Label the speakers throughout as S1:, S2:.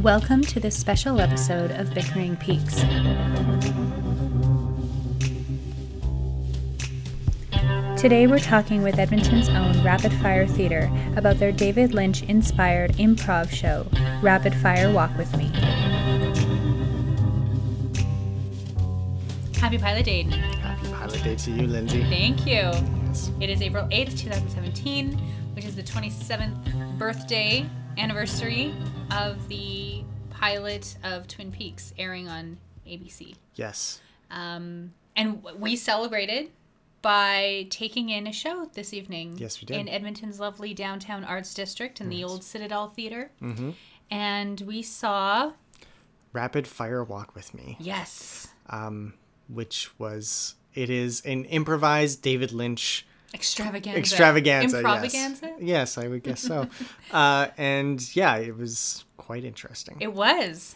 S1: Welcome to this special episode of Bickering Peaks. Today we're talking with Edmonton's own Rapid Fire Theatre about their David Lynch inspired improv show, Rapid Fire Walk With Me. Happy Pilot Day.
S2: Happy Pilot Day to you, Lindsay.
S1: Thank you.
S2: Yes.
S1: It is April 8th, 2017, which is the 27th birthday anniversary of the pilot of Twin Peaks airing on ABC.
S2: Yes.
S1: Um, and w- we celebrated by taking in a show this evening.
S2: Yes, we did.
S1: In Edmonton's lovely downtown arts district in the old Citadel Theater.
S2: Mhm.
S1: And we saw,
S2: Rapid Fire Walk with Me,
S1: yes,
S2: um, which was it is an improvised David Lynch
S1: extravaganza.
S2: extravaganza.
S1: Improvaganza?
S2: Yes. yes, I would guess so. uh, and yeah, it was quite interesting.
S1: It was.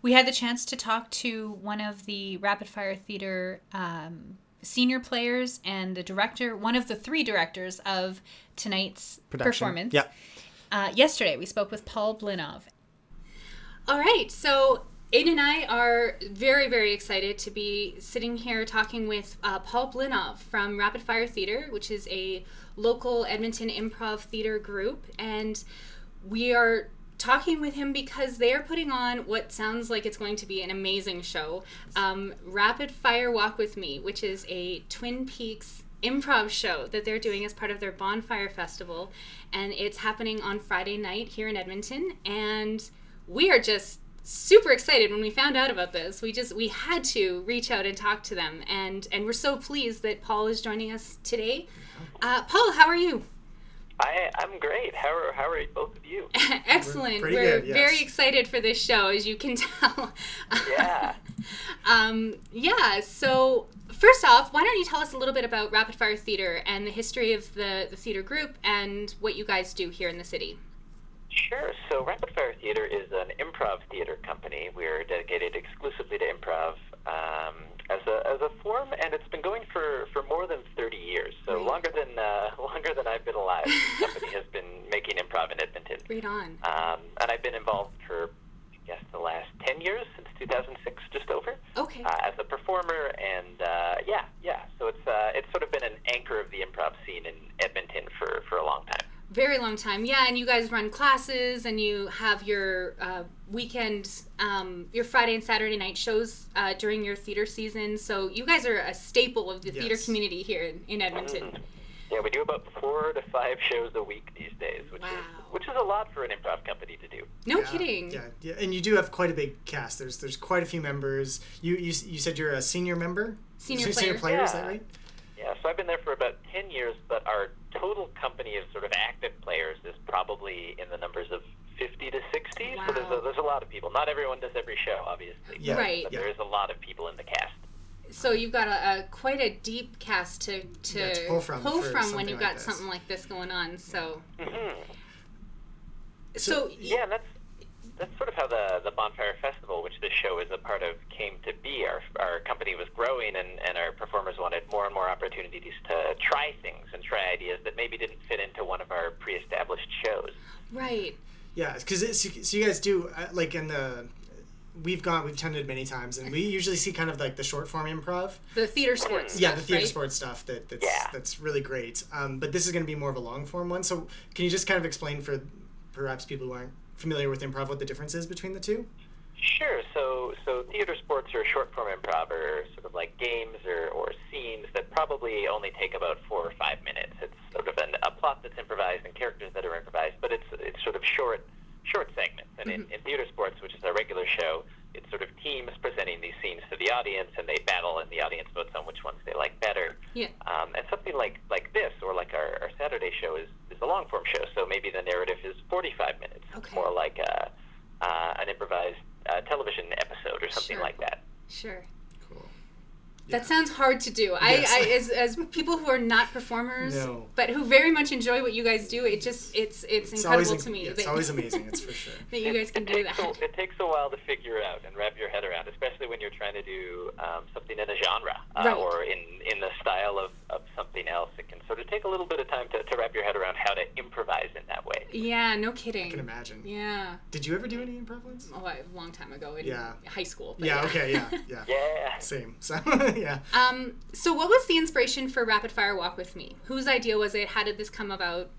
S1: We had the chance to talk to one of the Rapid Fire Theater um, senior players and the director, one of the three directors of tonight's performance.
S2: Yeah.
S1: Uh, yesterday, we spoke with Paul Blinov. All right, so Aiden and I are very, very excited to be sitting here talking with uh, Paul Blinov from Rapid Fire Theater, which is a local Edmonton improv theater group. And we are talking with him because they are putting on what sounds like it's going to be an amazing show um, Rapid Fire Walk With Me, which is a Twin Peaks improv show that they're doing as part of their Bonfire Festival. And it's happening on Friday night here in Edmonton. And we are just super excited when we found out about this we just we had to reach out and talk to them and and we're so pleased that paul is joining us today uh, paul how are you
S3: I I'm great. How are how are both of you?
S1: excellent we're,
S2: pretty good, yes.
S1: very excited for this show as you can tell
S3: Yeah.
S1: um, yeah so first off why don't you tell us a little bit about rapid fire theater and the history of the, the theater group and what you guys do here in the city
S3: Sure. So Rapid Fire Theater is an improv theater company. We're dedicated exclusively to improv um, as a as a form, and it's been going for, for more than thirty years. So
S1: Right.
S3: longer than uh, longer than I've been alive. the company has been making improv in Edmonton,
S1: right on
S3: um, and I've been involved for I guess the last ten years since 2006, just over.
S1: okay
S3: uh, as a performer, and uh, yeah, yeah. So it's uh, it's sort of been an anchor of the improv scene in Edmonton for, for a long time.
S1: very long time yeah and you guys run classes and you have your uh, weekend um, your friday and saturday night shows uh, during your theater season so you guys are a staple of the theater
S2: Yes.
S1: community here in, in edmonton
S3: Mhm. Yeah, we do about four to five shows a week these days, which
S1: Wow.
S3: is which is a lot for an improv company to do.
S1: no
S2: Yeah,
S1: kidding
S2: Yeah, yeah, and you do have quite a big cast. There's there's quite a few members. You you, s- you said you're a senior member.
S1: Senior
S2: senior
S1: player.
S2: player. Is that
S3: Yeah.
S2: right?
S3: Yeah, so I've been there for about ten years, but our total company of sort of active players is probably in the numbers of fifty to sixty. So there's
S1: Wow.
S3: a, there's a lot of people. Not everyone does every show, obviously.
S2: Yeah,
S1: Right.
S3: But
S2: yeah.
S3: there is a lot of people in the cast.
S1: so you've got a, a quite a deep cast to, to,
S2: Yeah, to pull from for
S1: from when
S2: something
S1: you've
S2: like
S1: got
S2: this.
S1: something like this going on so
S3: hmm
S1: so,
S3: Yeah, and that's that's sort of how the the Bonfire Festival, which this show is a part of, came to be. Our our company was growing, and and our performers wanted more and more opportunities to try things and try ideas that maybe didn't fit into one of our pre-established shows.
S1: right
S2: Yeah, because so you guys do uh, like in the we've gone we've attended many times, and we usually see kind of like the short form improv.
S1: the theater sports
S2: Yeah,
S1: stuff,
S2: the theater
S1: right?
S2: sports stuff that that's
S3: Yeah.
S2: that's really great. Um, but this is going to be more of a long form one. So can you just kind of explain for perhaps people who aren't familiar with improv what the difference is between the two?
S3: Sure. So, so theater sports or short form improv are sort of like games or, or scenes that probably only take about four or five minutes. It's sort of an, a plot that's improvised and characters that are improvised, but it's it's sort of short short segments. And in, in theater sports, which is our regular show, it's sort of teams presenting these scenes to the audience, and they battle, and the audience votes on which ones they like better.
S1: yeah
S3: Um, and something like, like this, or like our, our Saturday show, is, is a long form show. So maybe the narrative is 45 minutes,
S1: Okay.
S3: more like a, uh, an improvised uh, television uh, episode or something
S1: Sure.
S3: like that.
S1: sure
S2: Cool.
S1: That sounds hard to do.
S2: Yes.
S1: I, I as, as people who are not performers,
S2: No.
S1: but who very much enjoy what you guys do, it just it's it's,
S2: It's
S1: incredible
S2: always
S1: to
S2: inc-
S1: me.
S2: yeah, it's
S1: that,
S2: always amazing. It's for sure.
S1: that you guys can do
S3: takes
S1: that.
S3: A, it takes a while to figure out and wrap your head around, especially when you're trying to do um, something in a genre uh,
S1: Right.
S3: or in, in the style of, of something else. It can sort of take a little bit of time to, to wrap your head around how to improvise in that way.
S1: Yeah, no
S2: I can
S1: kidding.
S2: imagine.
S1: Yeah,
S2: Did you ever do any improv ones?
S1: oh, a long time ago in
S2: Yeah.
S1: high school. but
S2: Yeah. Okay. Yeah. Yeah.
S3: Yeah.
S2: Same. So yeah.
S1: Um, so what was the inspiration for Rapid Fire Walk with Me? Whose idea was it? How did this come about?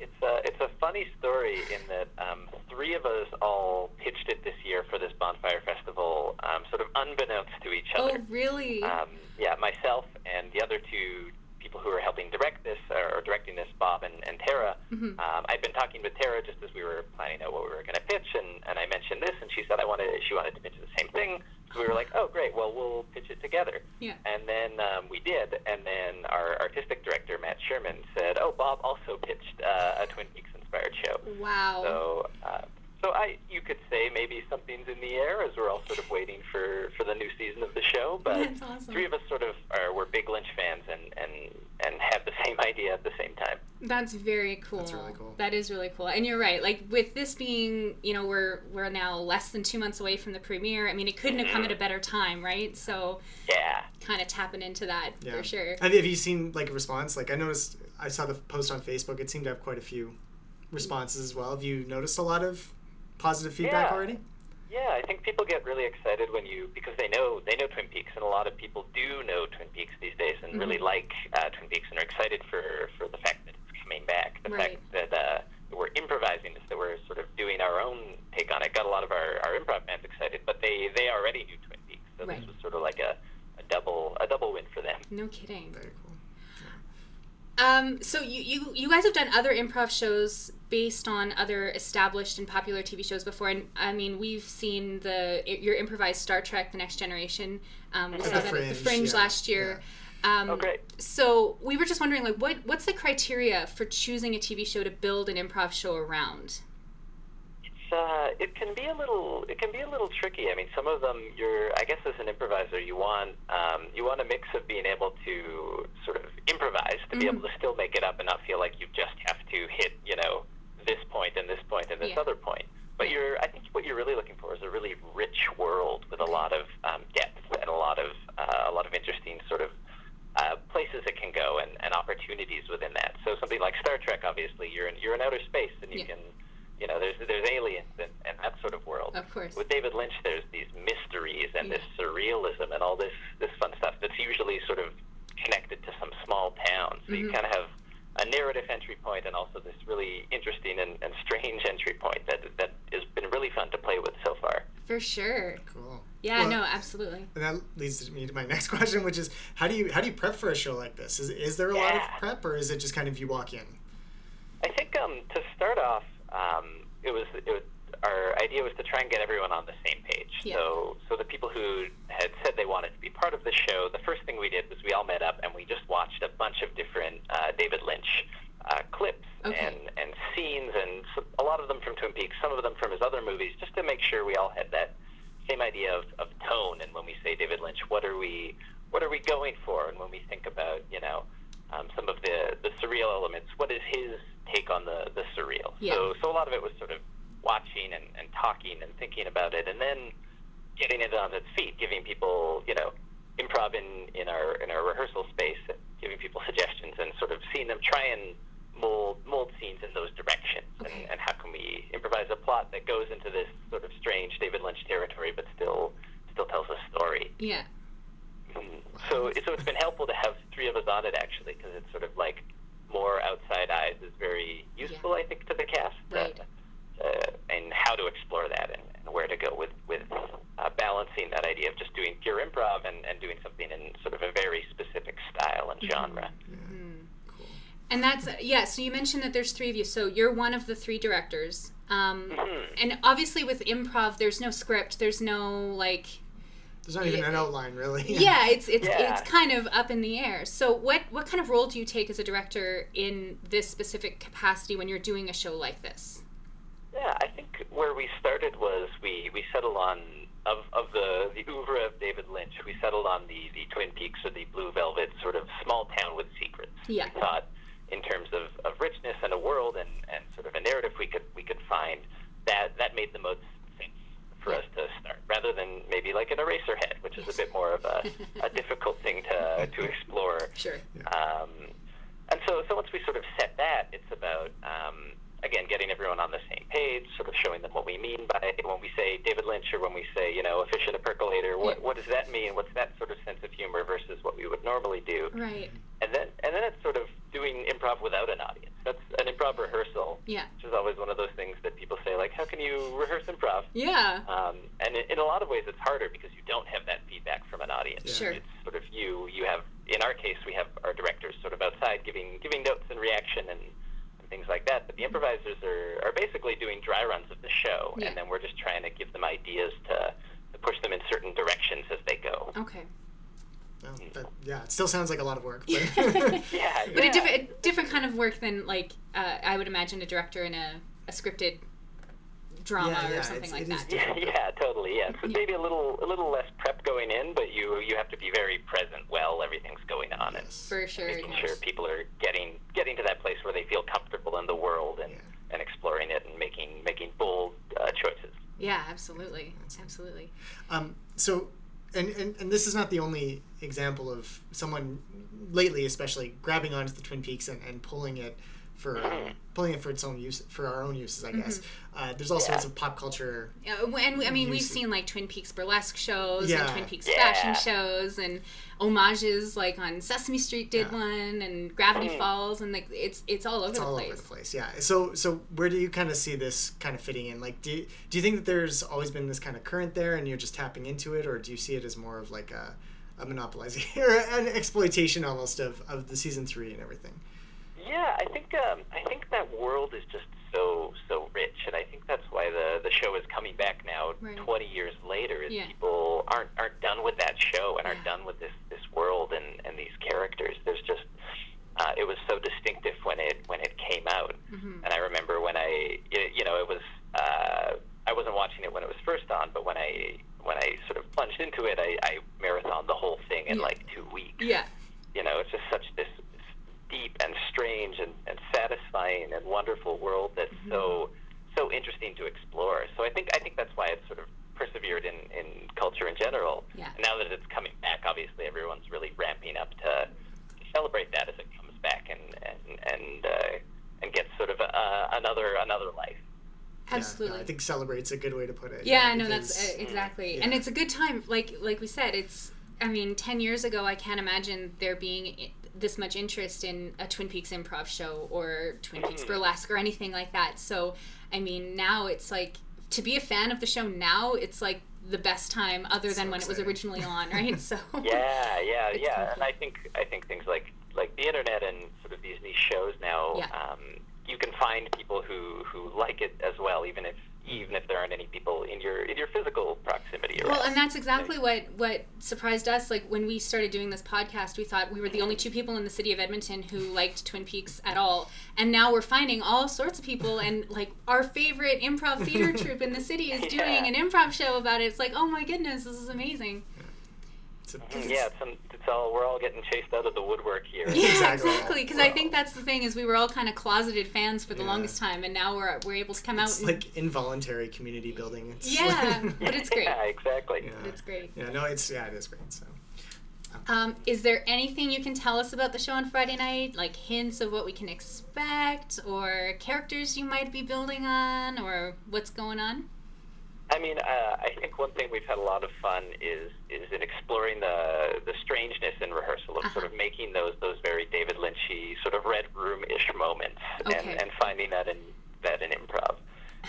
S3: It's a, it's a funny story in that um, three of us all pitched it this year for this bonfire festival, um, sort of unbeknownst to each
S1: Oh,
S3: other.
S1: really?
S3: Um, yeah, myself and the other two people who are helping direct this, or or directing this, Bob and, and Tara. Um, I'd been talking with Tara just as we were planning out what we were going to pitch, and, and I mentioned this, and she said I wanted she wanted to pitch the same thing. So we were like, oh great, well we'll pitch it together.
S1: Yeah.
S3: And then um, we did, and then our artistic director Matt Sherman said, oh Bob also pitched uh, a Twin Peaks inspired show.
S1: wow.
S3: So, uh, so I, you could say maybe something's in the air as we're all sort of waiting for, for the new season of the show. But
S1: That's awesome.
S3: three of us sort of are we're big Lynch fans and and and have the same idea at the same time.
S1: That's very cool.
S2: That's really cool.
S1: That is really cool. And you're right. Like with this being, you know, we're we're now less than 2 months away from the premiere. I mean, it couldn't have come at a better time, right? So,
S3: Yeah.
S1: kind of tapping into that
S2: Yeah.
S1: for sure.
S2: Have, have you seen like a response? Like I noticed, I saw the post on Facebook. It seemed to have quite a few responses as well. Have you noticed a lot of positive feedback
S3: Yeah.
S2: already?
S3: Yeah, I think people get really excited when you because they know they know Twin Peaks, and a lot of people do know Twin Peaks these days and really
S1: Mm-hmm.
S3: like uh, Twin Peaks and are excited for for the fact that it's coming back, the
S1: Right.
S3: fact that uh, that we're improvising this, that we're sort of doing our own take on it. Got a lot of our, our improv fans excited, but they they already knew Twin Peaks, so
S1: Right. Mm-hmm.
S3: this was sort of like a, a double a double win for them.
S1: No kidding.
S2: Very cool.
S1: Um, so you, you you guys have done other improv shows based on other established and popular TV shows before, and I mean we've seen the your improvised Star Trek: The Next Generation. Um, we
S2: At
S1: saw
S2: the
S1: that at the
S2: Fringe,
S1: Fringe
S2: yeah,
S1: last year. Um,
S3: Oh, great.
S1: So we were just wondering, like, what what's the criteria for choosing a TV show to build an improv show around?
S3: It's uh, it can be a little it can be a little tricky. I mean, some of them you're I guess as an improviser you want um, you want a mix of being able to sort of improvise to
S1: Mm-hmm.
S3: be able to still make it up and not feel like you just have to hit you know this point and this point and this
S1: Yeah.
S3: other point. But you're I think what you're really looking for is a really rich world with a lot of um, depth and a lot of uh, a lot of interesting sort of uh, places it can go and, and opportunities within that. So something like Star Trek, obviously, you're in you're in outer space and you
S1: Yeah.
S3: can, you know, there's there's aliens and, and that sort of world.
S1: Of course.
S3: With David Lynch, there's these mysteries and
S1: Yeah.
S3: this surrealism and all this this fun stuff that's usually sort of connected to some small town. So
S1: Mm-hmm.
S3: you kind of have a narrative entry point and also this really interesting and, and strange entry point that that has been really fun to play with so far.
S1: For sure.
S2: Cool.
S1: Yeah.
S2: Well,
S1: no. Absolutely.
S2: And that leads me to my next question, which is how do you how do you prep for a show like this? Is is there a lot of
S3: Yeah.
S2: prep, or is it just kind of you walk in?
S3: I think um, to start off, um, it was it was our idea was to try and get everyone on the same page.
S1: Yeah.
S3: So so the people who had said they wanted to be part of the show, the first thing we did was we all met up and we just watched a bunch of different uh, David Lynch uh, clips
S1: Okay.
S3: and and scenes and so, a lot of them from Twin Peaks, some of them from his other movies, just to make sure we all had that same idea of, of tone. And when we say David Lynch, what are we what are we going for? And when we think about you know um, some of the the surreal elements, what is his take on the the surreal?
S1: Yeah.
S3: So so a lot of it was sort of watching and, and talking and thinking about it, and then getting it on its feet, giving people you know improv in, in our in our rehearsal space, and giving people suggestions and sort of seeing them try and mold mold scenes in those directions.
S1: Okay.
S3: And, and how can we improvise a plot that goes into this sort of strange David Lynch territory, but still still tells a story.
S1: Yeah.
S3: Mm. So it- so it's been helpful to have three of us on it actually, because it's sort of like more outside eyes is very useful, I think, to the cast. uh,
S1: Right.
S3: Uh, and how to explore that and, and where to go with with uh, balancing that idea of just doing pure improv and, and doing something in sort of a very specific style and genre.
S1: Mm-hmm.
S2: Cool.
S1: And that's yeah. So you mentioned that there's three of you. So you're one of the three directors. Um,
S3: Mm-hmm.
S1: And obviously with improv, there's no script. There's no like.
S2: There's not even
S1: Yeah.
S2: an outline, really.
S1: Yeah, it's it's
S3: Yeah.
S1: it's kind of up in the air. So what what kind of role do you take as a director in this specific capacity when you're doing a show like this?
S3: Yeah, I think where we started was we, we settled on of, of the, the oeuvre of David Lynch, we settled on the, the Twin Peaks or the Blue Velvet sort of small town with secrets.
S1: Yeah.
S3: We thought in terms of, of richness and a world and, and sort of a narrative we could we could find that that made the most sense for us to start rather than maybe like an eraser head, which is a bit more of a, a difficult thing to, to explore.
S1: Sure.
S3: Um, and so, so once we sort of set that, it's about um, again getting everyone on the same page, sort of showing them what we mean by when we say David Lynch or when we say you know a fish in a percolator. What what does that mean? What's that sort of sense of humor versus what we would normally do?
S1: Right.
S3: And then and then it's sort of doing improv without an audience. That's an improv rehearsal,
S1: Yeah.
S3: which is always one of those things that people say like, how can you rehearse improv?
S1: Yeah.
S3: Um, and in, in a lot of ways, it's harder because you don't have that feedback from an audience.
S2: Yeah.
S1: Sure.
S3: It's sort of you. You have, in our case, we have our directors sort of outside giving giving notes and reaction and, and things like that. But the improvisers are, are basically doing dry runs of the show,
S1: Yeah.
S3: and then we're just trying to give them ideas to, to push them in certain directions as they go.
S1: Okay.
S2: No, that, yeah, it still sounds like a lot of work. But
S1: But
S3: Yeah, yeah.
S1: a different a different kind of work than like uh, I would imagine a director in a, a scripted drama
S2: Yeah, yeah,
S1: or something
S2: it's-
S1: like
S2: it is
S1: that.
S3: Yeah, yeah, totally. Yeah, so maybe a little a little less prep going in, but you you have to be very present while everything's going on and
S2: yes.
S1: For sure.
S3: making
S1: yeah.
S3: sure people are getting getting to that place where they feel comfortable in the world and,
S2: Yeah.
S3: and exploring it and making making bold uh, choices.
S1: Yeah, absolutely. Absolutely.
S2: Um, so, and, and, and this is not the only example of someone lately, especially grabbing onto the Twin Peaks and, and pulling it for um, pulling it for its own use for our own uses,
S1: Mm-hmm.
S2: I guess. Uh, there's all sorts of pop culture.
S1: Yeah, and we, I mean, we've
S2: Music.
S1: seen like Twin Peaks burlesque shows and
S2: Yeah.
S1: Twin Peaks
S3: Yeah.
S1: fashion shows and homages like on Sesame Street did
S2: Yeah.
S1: one and Gravity
S3: Mm.
S1: Falls and like it's it's all over
S2: It's
S1: the
S2: all
S1: place.
S2: over the place, yeah. So, so where do you kind of see this kind of fitting in? Like, do you, do you think that there's always been this kind of current there, and you're just tapping into it, or do you see it as more of like a, a monopolizing or an exploitation almost of, of the season three and everything?
S3: Yeah, I think um, I think that world is just so so rich, and I think that's why the the show is coming back now,
S1: Right.
S3: 20 years later. Is
S1: Yeah.
S3: people aren't aren't done with that show and aren't
S1: Yeah.
S3: done with this this world and and these characters. There's just uh, it was so distinctive when it when it came out,
S1: Mm-hmm.
S3: and I remember when I y- you know it was uh, I wasn't watching it when it was first on, but when I when I sort of plunged into it, I, I marathoned the whole thing in
S1: Yeah.
S3: like two weeks
S1: Yeah.
S3: you know, it's just such this deep and strange and, and satisfying and wonderful world that's so so interesting to explore. So I think I think that's why it's sort of persevered in, in culture in general.
S1: Yeah.
S3: And now that it's coming back, obviously everyone's really ramping up to celebrate that as it comes back and and and, uh, and gets sort of uh, another another life.
S2: Yeah, no,
S1: Absolutely.
S2: I think celebrate's a good way to put it.
S1: Yeah, no, that's
S2: because-
S1: uh, exactly, and
S2: yeah.
S1: it's a good time. Like like we said, it's. I mean, ten years ago, I can't imagine there being i- this much interest in a Twin Peaks improv show or Twin Peaks
S2: Mm-hmm.
S1: burlesque or anything like that. So, I mean, now it's like to be a fan of the show now, it's like the best time, other than
S2: So
S1: when it was
S2: exciting.
S1: originally on, right? So.
S3: Yeah, yeah,
S1: It's
S3: yeah.
S1: helpful.
S3: And I think I think things like like the internet and sort of these niche shows now,
S1: Yeah.
S3: um, you can find people who who like it as well, even if even if there aren't any people in your in your physical proximity.
S1: Well,
S3: around.
S1: and that's exactly what what surprised us. Like when we started doing this podcast, we thought we were the only two people in the city of Edmonton who liked Twin Peaks at all, and now we're finding all sorts of people. And like our favorite improv theater troupe in the city is
S3: Yeah.
S1: doing an improv show about it. It's like, oh my goodness, this is amazing.
S2: It's a-
S3: Mm, yeah, it's, um, it's all we're all getting chased out of the woodwork here.
S1: Yeah,
S2: Exactly.
S1: exactly. Because I think that's the thing is we were all kind of closeted fans for the
S2: Yeah.
S1: longest time, and now we're we're able to come out.
S2: It's
S1: And,
S2: like involuntary community building. It's
S1: yeah,
S2: like-
S1: but it's great.
S3: Yeah, exactly.
S2: yeah.
S1: But it's great.
S2: Yeah, no, it's yeah, it is great. So
S1: Um, is there anything you can tell us about the show on Friday night? Like hints of what we can expect, or characters you might be building on, or what's going on?
S3: I mean, uh, I think one thing we've had a lot of fun is is in exploring the the strangeness in rehearsal of sort of making those those very David Lynchy sort of red room ish moments
S1: Okay.
S3: and, and finding that in that in improv.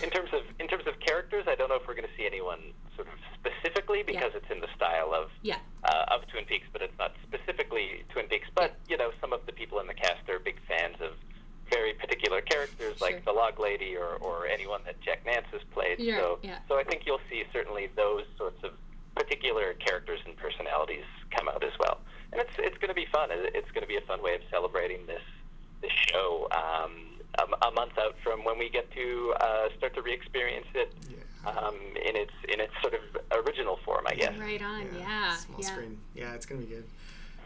S3: In terms of in terms of characters, I don't know if we're going to see anyone sort of specifically because it's in the style of
S1: Yeah.
S3: uh, of Twin Peaks, but it's not specifically Twin Peaks. But you know, some of the people in the cast are big fans of very particular characters, like
S1: Sure.
S3: the Log Lady or, or anyone that Jack Nance has played.
S1: Yeah,
S3: so,
S1: yeah.
S3: so I think you'll see certainly those sorts of particular characters and personalities come out as well. And it's it's going to be fun. It- It's going to be a fun way of celebrating this this show. Um, a, a month out from when we get to uh, start to re-experience it
S2: yeah.
S3: um, in its in its sort of original Yeah.
S1: Right on. Yeah. Yeah.
S2: Small screen. Yeah, it's gonna be good.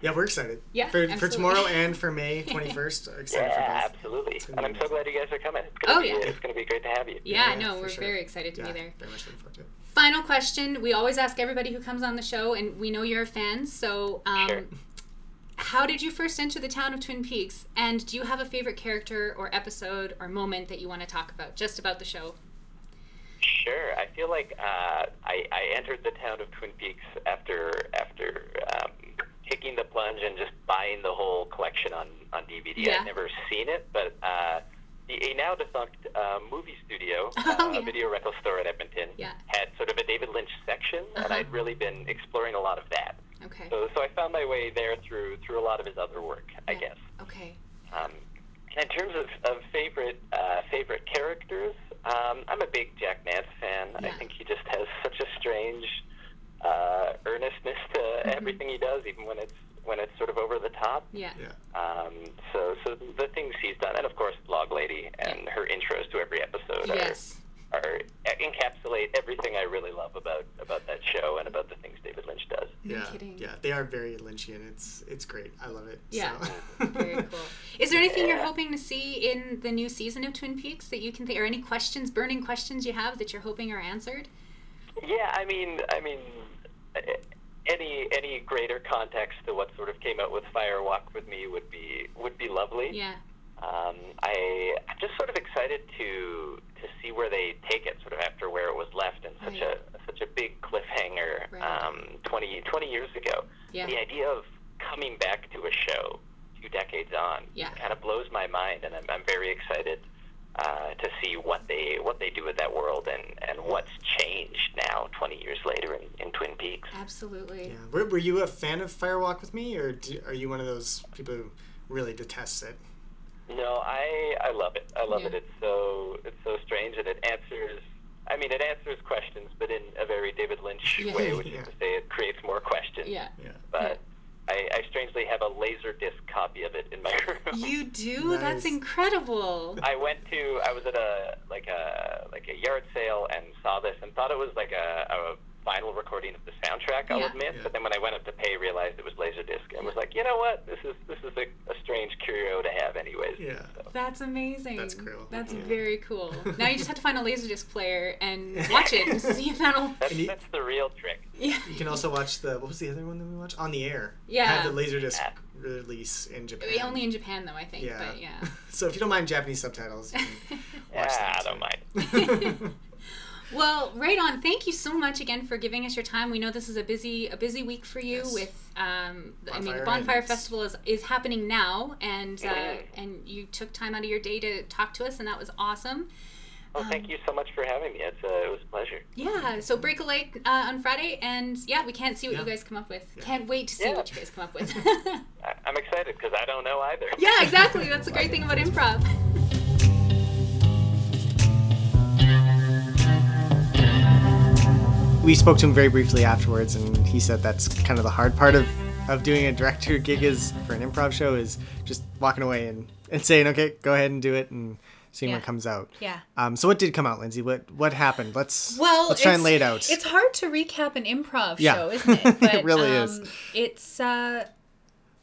S2: Yeah, we're excited.
S1: Yeah,
S2: For, for
S1: absolutely.
S2: tomorrow and for May twenty first. Excited
S3: Yeah,
S2: for both.
S3: absolutely.
S2: gonna
S3: And
S2: be
S3: I'm so
S2: amazing.
S3: glad you guys are coming. It's gonna
S1: Oh,
S3: be,
S1: yeah.
S3: It's going to be great to have you.
S1: Yeah,
S2: Yeah,
S1: no,
S2: for
S1: we're
S2: sure.
S1: very excited to be there.
S2: Very much looking forward to it.
S1: Final question. We always ask everybody who comes on the show, and we know you're a fan. So, um,
S3: Sure.
S1: how did you first enter the town of Twin Peaks? And do you have a favorite character or episode or moment that you want to talk about, just about the show?
S3: Sure. I feel like uh, I, I entered the town of Twin Peaks after after um, taking the plunge and just buying the whole collection on, on DVD.
S1: Yeah.
S3: I'd never seen it, but uh, the a now defunct uh, movie studio,
S1: Oh,
S3: uh,
S1: yeah.
S3: video rental store in Edmonton,
S1: Yeah.
S3: had sort of a David Lynch section, and
S1: Uh-huh.
S3: I'd really been exploring a lot of that.
S1: Okay.
S3: So, so I found my way there through through a lot of his other work, I
S1: Yeah.
S3: guess.
S1: Okay.
S3: Um, and in terms of, of favorite uh, favorite characters, um, I'm a big Jack Nance fan. I
S1: Yeah.
S3: think he just has such a strange uh, earnestness to
S1: Mm-hmm.
S3: everything he does, even when it's when it's sort of over the top.
S1: Yeah.
S2: Yeah.
S3: Um, so, so the things he's done, and of course, Log Lady and her intros to every episode
S1: Yes.
S3: are, are encapsulate everything I really love about about that show and about the things David Lynch does.
S1: No
S2: yeah.
S1: kidding.
S2: Yeah. They are very Lynchian. It's it's great. I love it.
S1: Yeah.
S2: So.
S1: Very cool. Is there anything you're hoping to see in the new season of Twin Peaks that you can think, or any questions, burning questions you have that you're hoping are answered?
S3: Yeah, I mean, I mean, uh, any any greater context to what sort of came out with Fire Walk with Me would be would be lovely.
S1: Yeah.
S3: Um, I I'm just sort of excited to to see where they take it, sort of after where it was left in such
S1: Right.
S3: a such a big cliffhanger
S1: Right.
S3: um, 20, 20 years ago.
S1: Yeah.
S3: The idea of coming back to a show two decades on
S1: Yeah.
S3: kind of blows my mind, and I'm, I'm very excited uh, to see what they what they do with that world and, and what's changed now 20 years later in, in Twin Peaks.
S1: Absolutely.
S2: Yeah. Were, were you a fan of Firewalk with Me, or do, are you one of those people who really detests it?
S3: No, I I love it. I love
S1: Yeah.
S3: it. It's so it's so strange, and it answers. I mean, it answers questions, but in a very David Lynch
S1: Yeah.
S3: way, which
S2: Yeah.
S3: is to say, it creates more questions.
S1: Yeah.
S2: Yeah.
S3: But I, I strangely have a laser disc copy of it in my room.
S1: You do? That's
S2: Nice.
S1: incredible.
S3: I went to I was at a like a like a yard sale and saw this and thought it was like a, a vinyl recording of the soundtrack. I'll
S1: Yeah.
S3: admit,
S2: Yeah.
S3: but then when I went up to pay, realized it was Laserdisc and was like, you know what, this is this is a, a strange curio to have, anyways.
S2: Yeah.
S3: So,
S1: That's amazing.
S2: That's cool.
S1: That's
S2: Yeah.
S1: very cool. Now you just have to find a laserdisc player and watch it and see if that'll.
S3: that's
S2: And you-
S3: that's the real trick.
S1: Yeah.
S2: You can also watch the what was the other one that we watched on the air.
S1: Yeah.
S2: Had the laserdisc
S3: Yeah.
S2: release in Japan.
S1: Only in Japan, though, I think.
S2: yeah.
S1: But yeah.
S2: so if you don't mind Japanese subtitles, you can watch
S3: Ah,
S2: that.
S3: I don't mind.
S2: mind.
S1: Well, right on. Thank you so much again for giving us your time. We know this is a busy a busy week for you
S2: Yes.
S1: with um, I mean the
S2: Bonfire
S1: Bonfire
S2: and-
S1: Festival is, is happening now and uh,
S3: Mhm.
S1: and you took time out of your day to talk to us and that was awesome.
S3: Well, thank you so much for having me. It's uh, it was a pleasure.
S1: Yeah, so break a leg uh, on Friday and yeah, we can't see what
S2: Yeah.
S1: you guys come up with.
S2: Yeah.
S1: Can't wait to see
S3: Yeah.
S1: what you guys come up with.
S3: I, I'm excited because I don't know either.
S1: yeah, exactly. That's the great thing about improv.
S2: we spoke to him very briefly afterwards and he said that's kind of the hard part of of doing a director gig is for an improv show is just walking away and, and saying okay go ahead and do it and seeing
S4: Yeah.
S2: what comes out
S4: Yeah.
S2: um so what did come out lindsay what what happened let's
S4: Well,
S2: let's try and
S4: it's-
S2: lay it out
S4: It's hard to recap an improv
S2: Yeah.
S4: show, isn't it? um,
S2: It really is.
S4: It's uh,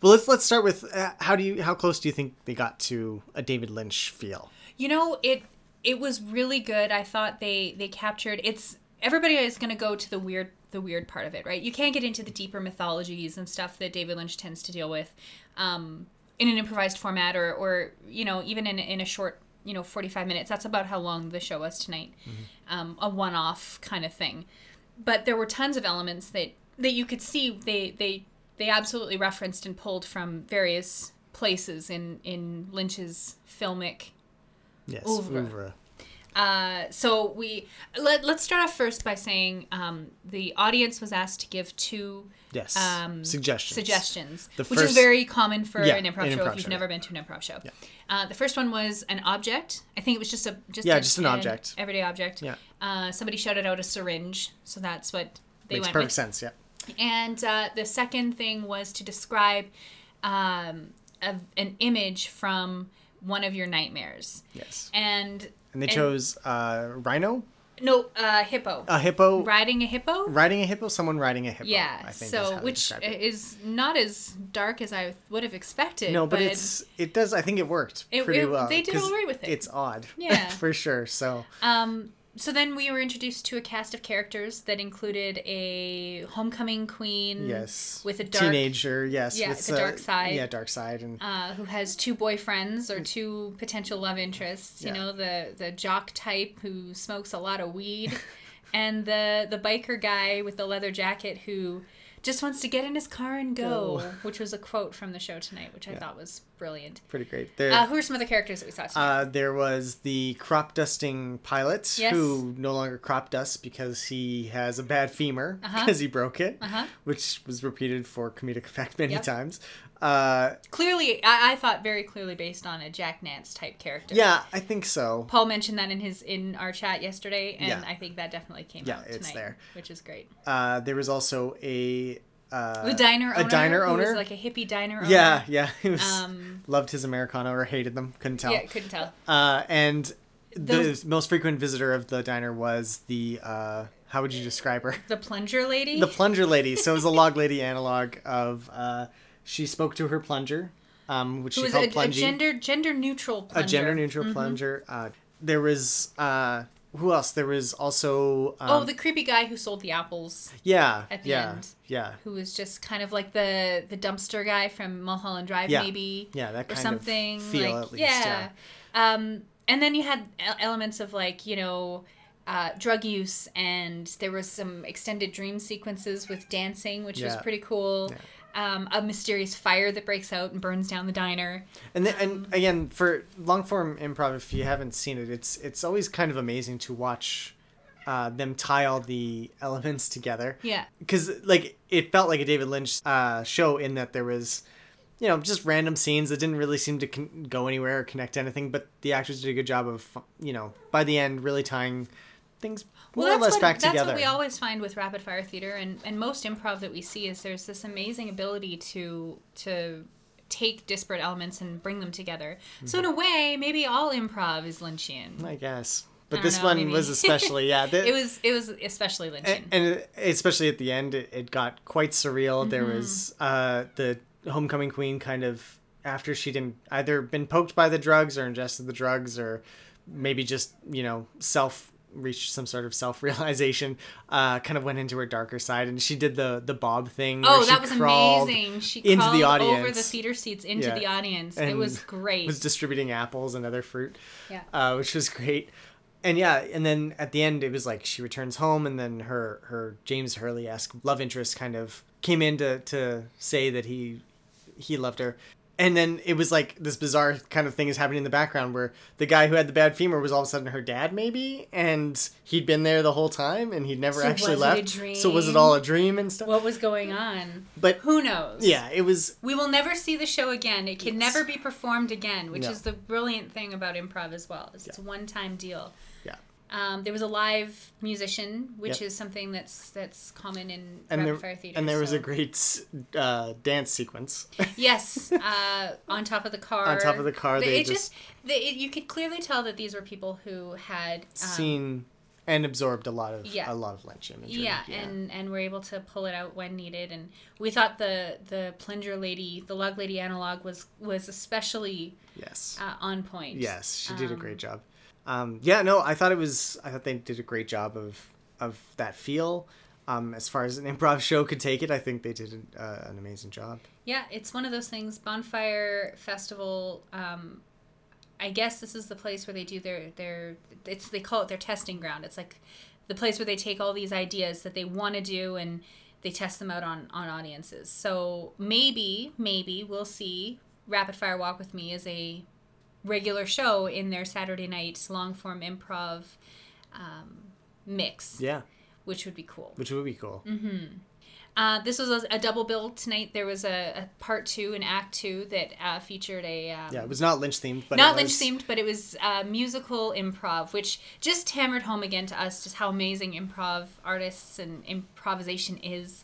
S2: well let's let's start with uh, how do you how close do you think they got to a david lynch feel
S4: you know it it was really good. I thought they they captured it's everybody is going to go to the weird the weird part of it, right? You can't get into the deeper mythologies and stuff that David Lynch tends to deal with um, in an improvised format or or you know even in in a short you know 45 minutes. That's about how long the show was tonight. Um, a one off kind of thing. but there were tons of elements that that you could see they they they absolutely referenced and pulled from various places in in Lynch's filmic.
S2: yes
S4: Oeuvre.
S2: oeuvre.
S4: Uh, so we let let's start off first by saying um, the audience was asked to give two
S2: yes
S4: Um,
S2: suggestions
S4: suggestions,
S2: The
S4: which is
S2: first-
S4: very common for
S2: Yeah,
S4: an improv
S2: an
S4: show
S2: improv
S4: if you've
S2: show,
S4: never
S2: yeah.
S4: been to an improv show. Uh, the first one was an object. I think it was just a just
S2: Yeah,
S4: a-
S2: just an object.
S4: everyday object.
S2: Yeah.
S4: Uh, somebody shouted out a syringe, so that's what they
S2: makes
S4: went
S2: perfect
S4: with.
S2: sense yeah
S4: And uh, the second thing was to describe um, a, an image from one of your nightmares.
S2: yes
S4: And
S2: and they chose uh rhino
S1: No, uh, hippo.
S2: A hippo
S1: Riding a hippo.
S2: riding a hippo, someone riding a hippo.
S1: Yeah.
S2: I think is how
S1: so,
S2: they
S1: which uh,
S2: described it.
S1: is not as dark as I would have expected.
S2: no, but, it's it does. I think it worked
S1: It-
S2: pretty
S1: it-
S2: well.
S1: they did
S2: 'cause
S1: all right with it.
S2: It's odd,
S1: Yeah.
S2: for sure. So
S1: Um, so then we were introduced to a cast of characters that included a homecoming queen.
S2: yes,
S1: With a dark.
S2: teenager, yes,
S1: Yeah,
S2: with
S1: the dark side.
S2: yeah, dark side, and
S1: Uh, who has two boyfriends or two potential love interests? You
S2: Hmm. Yeah.
S1: know the the jock type who smokes a lot of weed, and the the biker guy with the leather jacket who just wants to get in his car and go,
S2: Go.
S1: which was a quote from the show tonight, which I thought was brilliant.
S2: pretty great. There,
S1: Uh, who are some of the characters that we saw tonight?
S2: Uh, there was the crop dusting pilot
S1: Yes.
S2: who no longer crop dusts because he has a bad femur
S1: Uh-huh.
S2: because he broke it,
S1: Uh-huh.
S2: which was repeated for comedic effect many
S1: Yep.
S2: times. Uh,
S1: clearly, I, I thought very clearly based on a Jack Nance type character.
S2: yeah, I think so.
S1: Paul mentioned that in his in our chat yesterday, and
S2: Yeah.
S1: I think that definitely came
S2: Yeah,
S1: out tonight,
S2: it's there.
S1: which is great.
S2: Uh, there was also a uh,
S1: the diner
S2: a
S1: owner,
S2: diner
S1: who was
S2: owner?
S1: like a hippie diner owner.
S2: Yeah, yeah, he was
S1: Um,
S2: loved his Americano or hated them, couldn't tell.
S1: yeah, couldn't tell.
S2: Uh, and the,
S1: The-
S2: most frequent visitor of the diner was the uh, how would
S1: Eh.
S2: you describe her?
S1: The plunger lady.
S2: the plunger lady. So it was a log lady analog of uh, she spoke to her plunger, um, which
S1: who
S2: she
S1: was
S2: called
S1: a, a
S2: plungy,
S1: gender gender neutral plunger. Mm-hmm.
S2: neutral plunger. Uh, there was uh, who else? There was also um,
S1: Oh, the creepy guy who sold the apples,
S2: yeah
S1: at the
S2: yeah
S1: end.
S2: yeah
S1: who was just kind of like the the dumpster guy from Mulholland Drive,
S2: Yeah.
S1: maybe.
S2: yeah that
S1: or
S2: kind
S1: something
S2: of feel
S1: like
S2: at least
S1: yeah. Um, and then you had el- elements of like you know uh, drug use and there was some extended dream sequences with dancing which was
S2: Yeah.
S1: pretty cool um, a mysterious fire that breaks out and burns down the diner
S2: And then,
S1: Um,
S2: and again, for long form improv, if you haven't seen it, it's it's always kind of amazing to watch uh, them tie all the elements together.
S1: Yeah.
S2: Because like it felt like a David Lynch uh, show in that there was, you know, just random scenes that didn't really seem to con- go anywhere or connect to anything. But the actors did a good job of, you know, by the end, really tying things more or
S1: that's
S2: less
S1: what,
S2: back
S1: that's
S2: together.
S1: what we always find with rapid fire theater and, and most improv that we see is there's this amazing ability to to take disparate elements and bring them together so
S2: Mm-hmm.
S1: in a way maybe all improv is lynchian
S2: I guess.
S1: I
S2: But
S1: don't
S2: this
S1: know,
S2: one
S1: maybe.
S2: was especially yeah. the-
S1: it was it was especially lynchian
S2: A- and it- especially at the end it, it got quite surreal there
S1: Mm-hmm.
S2: was uh the homecoming queen kind of after she'd in, either been poked by the drugs or ingested the drugs or maybe just you know self reached some sort of self-realization uh kind of went into her darker side and she did the the bob thing
S1: Oh,
S2: where she
S1: that was
S2: crawled,
S1: amazing! She
S2: into the
S1: crawled over the
S2: audience.
S1: theater seats into
S2: Yeah.
S1: the audience. it
S2: And
S1: was great.
S2: was distributing apples and other fruit
S1: yeah,
S2: uh, which was great. And yeah, and then at the end, it was like she returns home, and then her her James Hurley esque love interest kind of came in to to say that he he loved her. And then it was like this bizarre kind of thing is happening in the background where the guy who had the bad femur was all of a sudden her dad, maybe, and he'd been there the whole time and he'd never
S1: So
S2: actually
S1: was it a
S2: left. So was it all a dream and stuff?
S1: what was going on?
S2: but
S1: Who knows?
S2: yeah, it was
S1: we will never see the show again. It can
S2: Yes.
S1: never be performed again, which
S2: No.
S1: is the brilliant thing about improv as well. Is It's a one-time deal.
S2: yeah.
S1: Um, there was a live musician, which
S2: Yep.
S1: is something that's that's common in
S2: And
S1: rapid
S2: there,
S1: fire theater.
S2: and there was
S1: so-
S2: a great uh, dance sequence.
S1: Yes, uh, on top of the car.
S2: On top of the car,
S1: But
S2: they
S1: it just, they, it, you could clearly tell that these were people who had um,
S2: seen and absorbed a lot of
S1: Yeah.
S2: a lot of Lynch imagery.
S1: yeah, and and we're able to pull it out when needed and we thought the the plunger lady the log lady analog was was especially
S2: yes,
S1: uh, on point
S2: yes, she did a
S1: um,
S2: great job. Um, yeah, no, I thought it was. I thought they did a great job of of that feel. Um, as far as an improv show could take it, I think they did an, uh, an amazing job.
S1: yeah it's one of those things bonfire festival um i guess this is the place where they do their their it's they call it their testing ground it's like the place where they take all these ideas that they want to do and they test them out on on audiences so maybe maybe we'll see rapid fire walk with me as a regular show in their saturday night long form improv um, mix
S2: Yeah,
S1: which would be cool
S2: which would be cool.
S1: Mm-hmm. uh, this was a, a double bill tonight. There was a, a part two and act two that uh, featured a um,
S2: Yeah, it was not Lynch themed, but it
S1: not
S2: was-
S1: Lynch themed, but it was uh, musical improv, which just hammered home again to us just how amazing improv artists and improvisation is.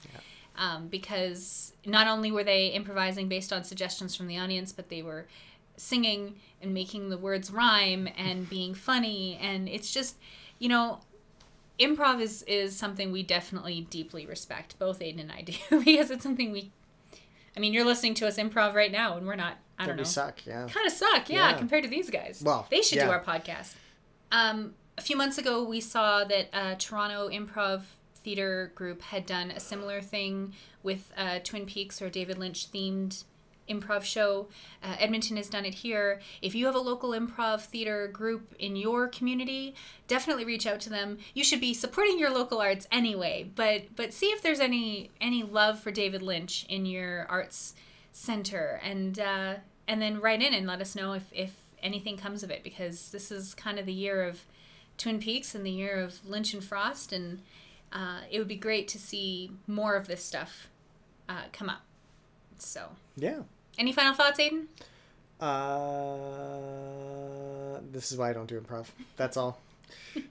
S1: Um, because not only were they improvising based on suggestions from the audience, but they were singing and making the words rhyme and being funny. And it's just, you know, improv is is something we definitely deeply respect. Both Aiden and I do because it's something we. I mean, you're listening to us improv right now, and we're not. I don't
S2: That we
S1: know.
S2: suck, yeah.
S1: Kind of suck, yeah,
S2: Yeah.
S1: compared to these guys.
S2: Well,
S1: they should
S2: yeah.
S1: do our podcast. Um, a few months ago, we saw that uh, Toronto Improv Theater Group had done a similar thing with uh, Twin Peaks or David Lynch themed improv show. Uh, Edmonton has done it here. If you have a local improv theater group in your community, definitely reach out to them. You should be supporting your local arts anyway, but but see if there's any any love for David Lynch in your arts center and uh, and then write in and let us know if if anything comes of it because this is kind of the year of Twin Peaks and the year of Lynch and Frost and uh, it would be great to see more of this stuff uh, come up. So,
S2: Yeah.
S1: any final thoughts, Aiden?
S2: Uh, this is why I don't do improv. That's all.
S1: I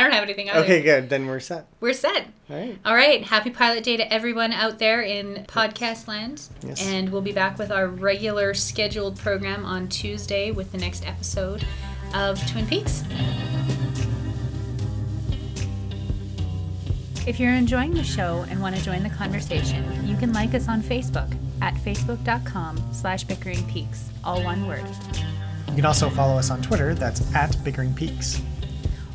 S1: don't have anything. Either.
S2: Okay, good. Then we're set.
S1: we're set.
S2: All right.
S1: All right, happy Pilot Day to everyone out there in podcast land.
S2: Yes.
S1: And we'll be back with our regular scheduled program on Tuesday with the next episode of Twin Peaks. If you're enjoying the show and want to join the conversation, you can like us on Facebook at facebook.com slash bickering peaks, all one word.
S2: You can also follow us on Twitter. That's at Bickering Peaks.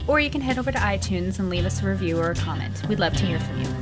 S1: Or you can head over to iTunes and leave us a review or a comment. We'd love to hear from you.